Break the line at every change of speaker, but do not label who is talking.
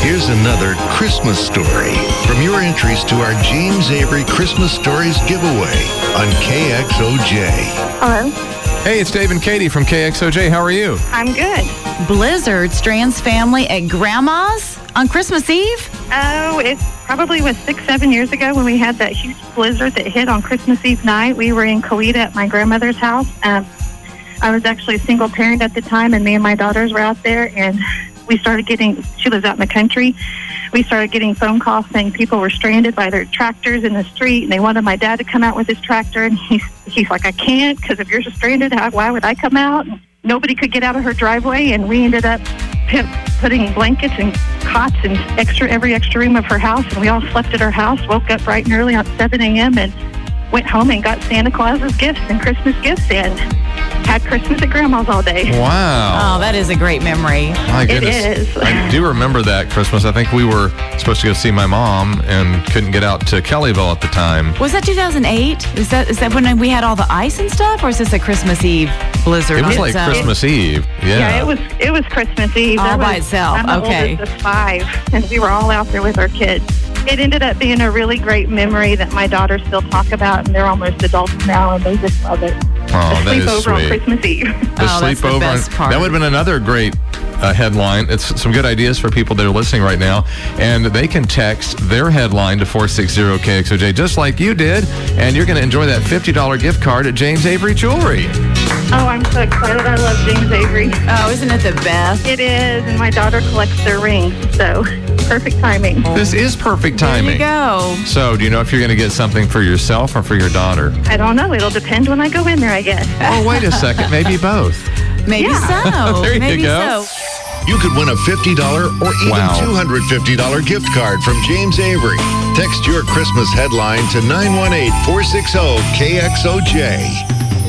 Here's another Christmas story from your entries to our James Avery Christmas Stories giveaway on KXOJ.
Hello.
Hey, it's Dave and Katie from KXOJ. How are you?
I'm good.
Blizzard strands family at Grandma's on Christmas Eve?
Oh, it probably was six, seven years ago when we had that huge blizzard that hit on Christmas Eve night. We were in Coweta at my grandmother's house. Um, I was actually a single parent at the time, and me and my daughters were out there, and we started getting, she lives out in the country, we started getting phone calls saying people were stranded by their tractors in the street, and they wanted my dad to come out with his tractor, and he's, he's like, I can't, because if you're stranded, how, why would I come out? And nobody could get out of her driveway, and we ended up put- putting blankets and cots in extra every extra room of her house, and we all slept at her house. Woke up bright and early at 7 a.m. and went home and got Santa Claus's gifts and Christmas gifts and had Christmas at Grandma's all day.
Wow.
Oh, that is a great memory.
My
It
goodness.
is.
I do remember that Christmas. I think we were supposed to go see my mom and couldn't get out to Kellyville at the time.
Was that 2008? Is that is that when we had all the ice and stuff, or is this a Christmas Eve blizzard?
It was
on
like
its uh, own?
Christmas Eve. Yeah.
Yeah, it was it was Christmas Eve.
All
That
by
was-
itself.
I'm the
Okay.
oldest of five, and we were all out there with our kids. It ended up being a really great memory that my daughters still talk about, and they're almost adults now, and they just love it.
Oh, that
Sleep
is
over on
sweet.
Christmas Eve.
The
Oh, that's the
sleepover.
best part.
That would have been another great uh, headline. It's some good ideas for people that are listening right now. And they can text their headline to 460KXOJ, just like you did. And you're going to enjoy that $50 gift card at James Avery Jewelry.
Oh, I'm so excited! I love James Avery.
Oh, isn't it the best?
It is, and my daughter collects their rings, so perfect timing.
This is perfect
There
timing.
you go.
So, do you know if you're going to get something for yourself or for your daughter?
I don't know; it'll depend when I go in there, I guess.
Oh, wait a second. Maybe both.
Maybe
Yeah.
so.
There you
Maybe
go.
so.
You could win a $50 or even
Wow.
$250 gift card from James Avery. Text your Christmas headline to 918 460 KXOJ.